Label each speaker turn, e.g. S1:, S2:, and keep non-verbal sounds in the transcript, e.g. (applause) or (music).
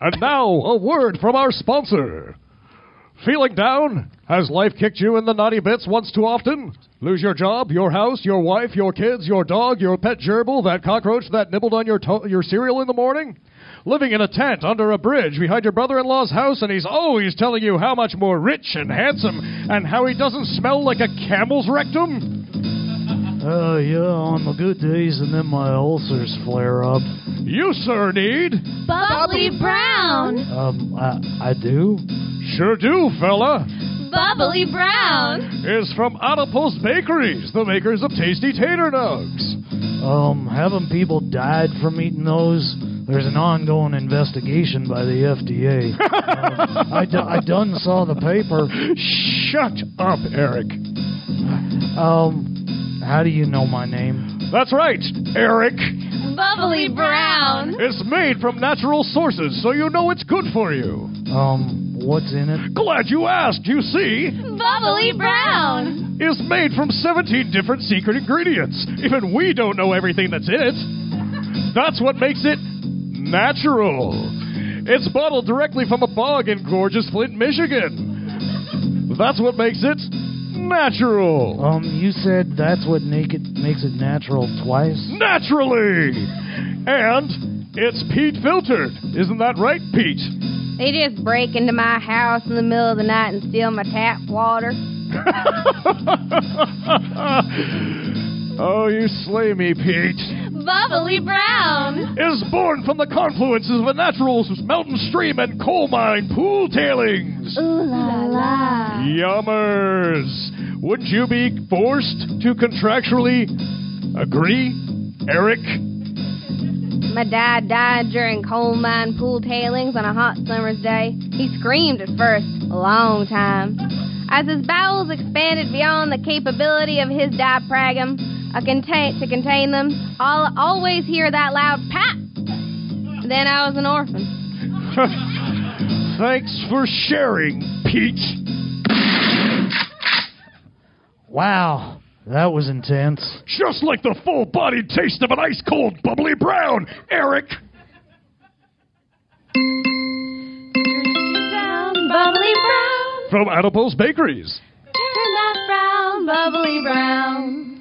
S1: And now, a word from our sponsor. Feeling down? Has life kicked you in the naughty bits once too often? Lose your job, your house, your wife, your kids, your dog, your pet gerbil, that cockroach that nibbled on your, to- your cereal in the morning? Living in a tent under a bridge behind your brother in law's house, and he's always telling you how much more rich and handsome and how he doesn't smell like a camel's rectum?
S2: Uh, yeah, on the good days, and then my ulcers flare up.
S1: You, sir, need.
S3: Bubbly Brown.
S2: Um, I, I do?
S1: Sure do, fella.
S3: Bubbly Brown.
S1: Is from Adipose Bakeries, the makers of tasty tater nugs.
S2: Um, haven't people died from eating those? There's an ongoing investigation by the FDA. um, I, d- I done saw the paper.
S1: Shut up, Eric.
S2: Um, how do you know my name?
S1: That's right, Eric.
S3: Bubbly Brown.
S1: It's made from natural sources, so you know it's good for you.
S2: Um, what's in it?
S1: Glad you asked, you see.
S3: Bubbly Brown.
S1: It's made from 17 different secret ingredients. Even we don't know everything that's in it. That's what makes it natural. It's bottled directly from a bog in gorgeous Flint, Michigan. That's what makes it natural.
S2: Um, you said that's what naked makes it natural twice.
S1: Naturally! And it's Pete filtered. Isn't that right, Pete? (laughs)
S4: They just break into my house in the middle of the night and steal my tap water.
S1: oh, you slay me, Pete.
S3: Bubbly Brown.
S1: Is born from the confluences of a natural mountain stream and coal mine pool tailings.
S4: Ooh la la.
S1: Yummers. Wouldn't you be forced to contractually agree, Eric? (laughs)
S4: My dad died during coal mine pool tailings on a hot summer's day. He screamed at first, a long time. As his bowels expanded beyond the capability of his diaphragm a contain- to contain them, I'll always hear that loud pat. Then I was an orphan.
S1: Thanks for sharing, Pete.
S2: Wow, that was intense.
S1: just like the full bodied taste of an ice cold bubbly brown, Eric.
S3: Brown. Bubbly Brown.
S1: From Adipose Bakeries.
S3: Turn that brown, bubbly brown.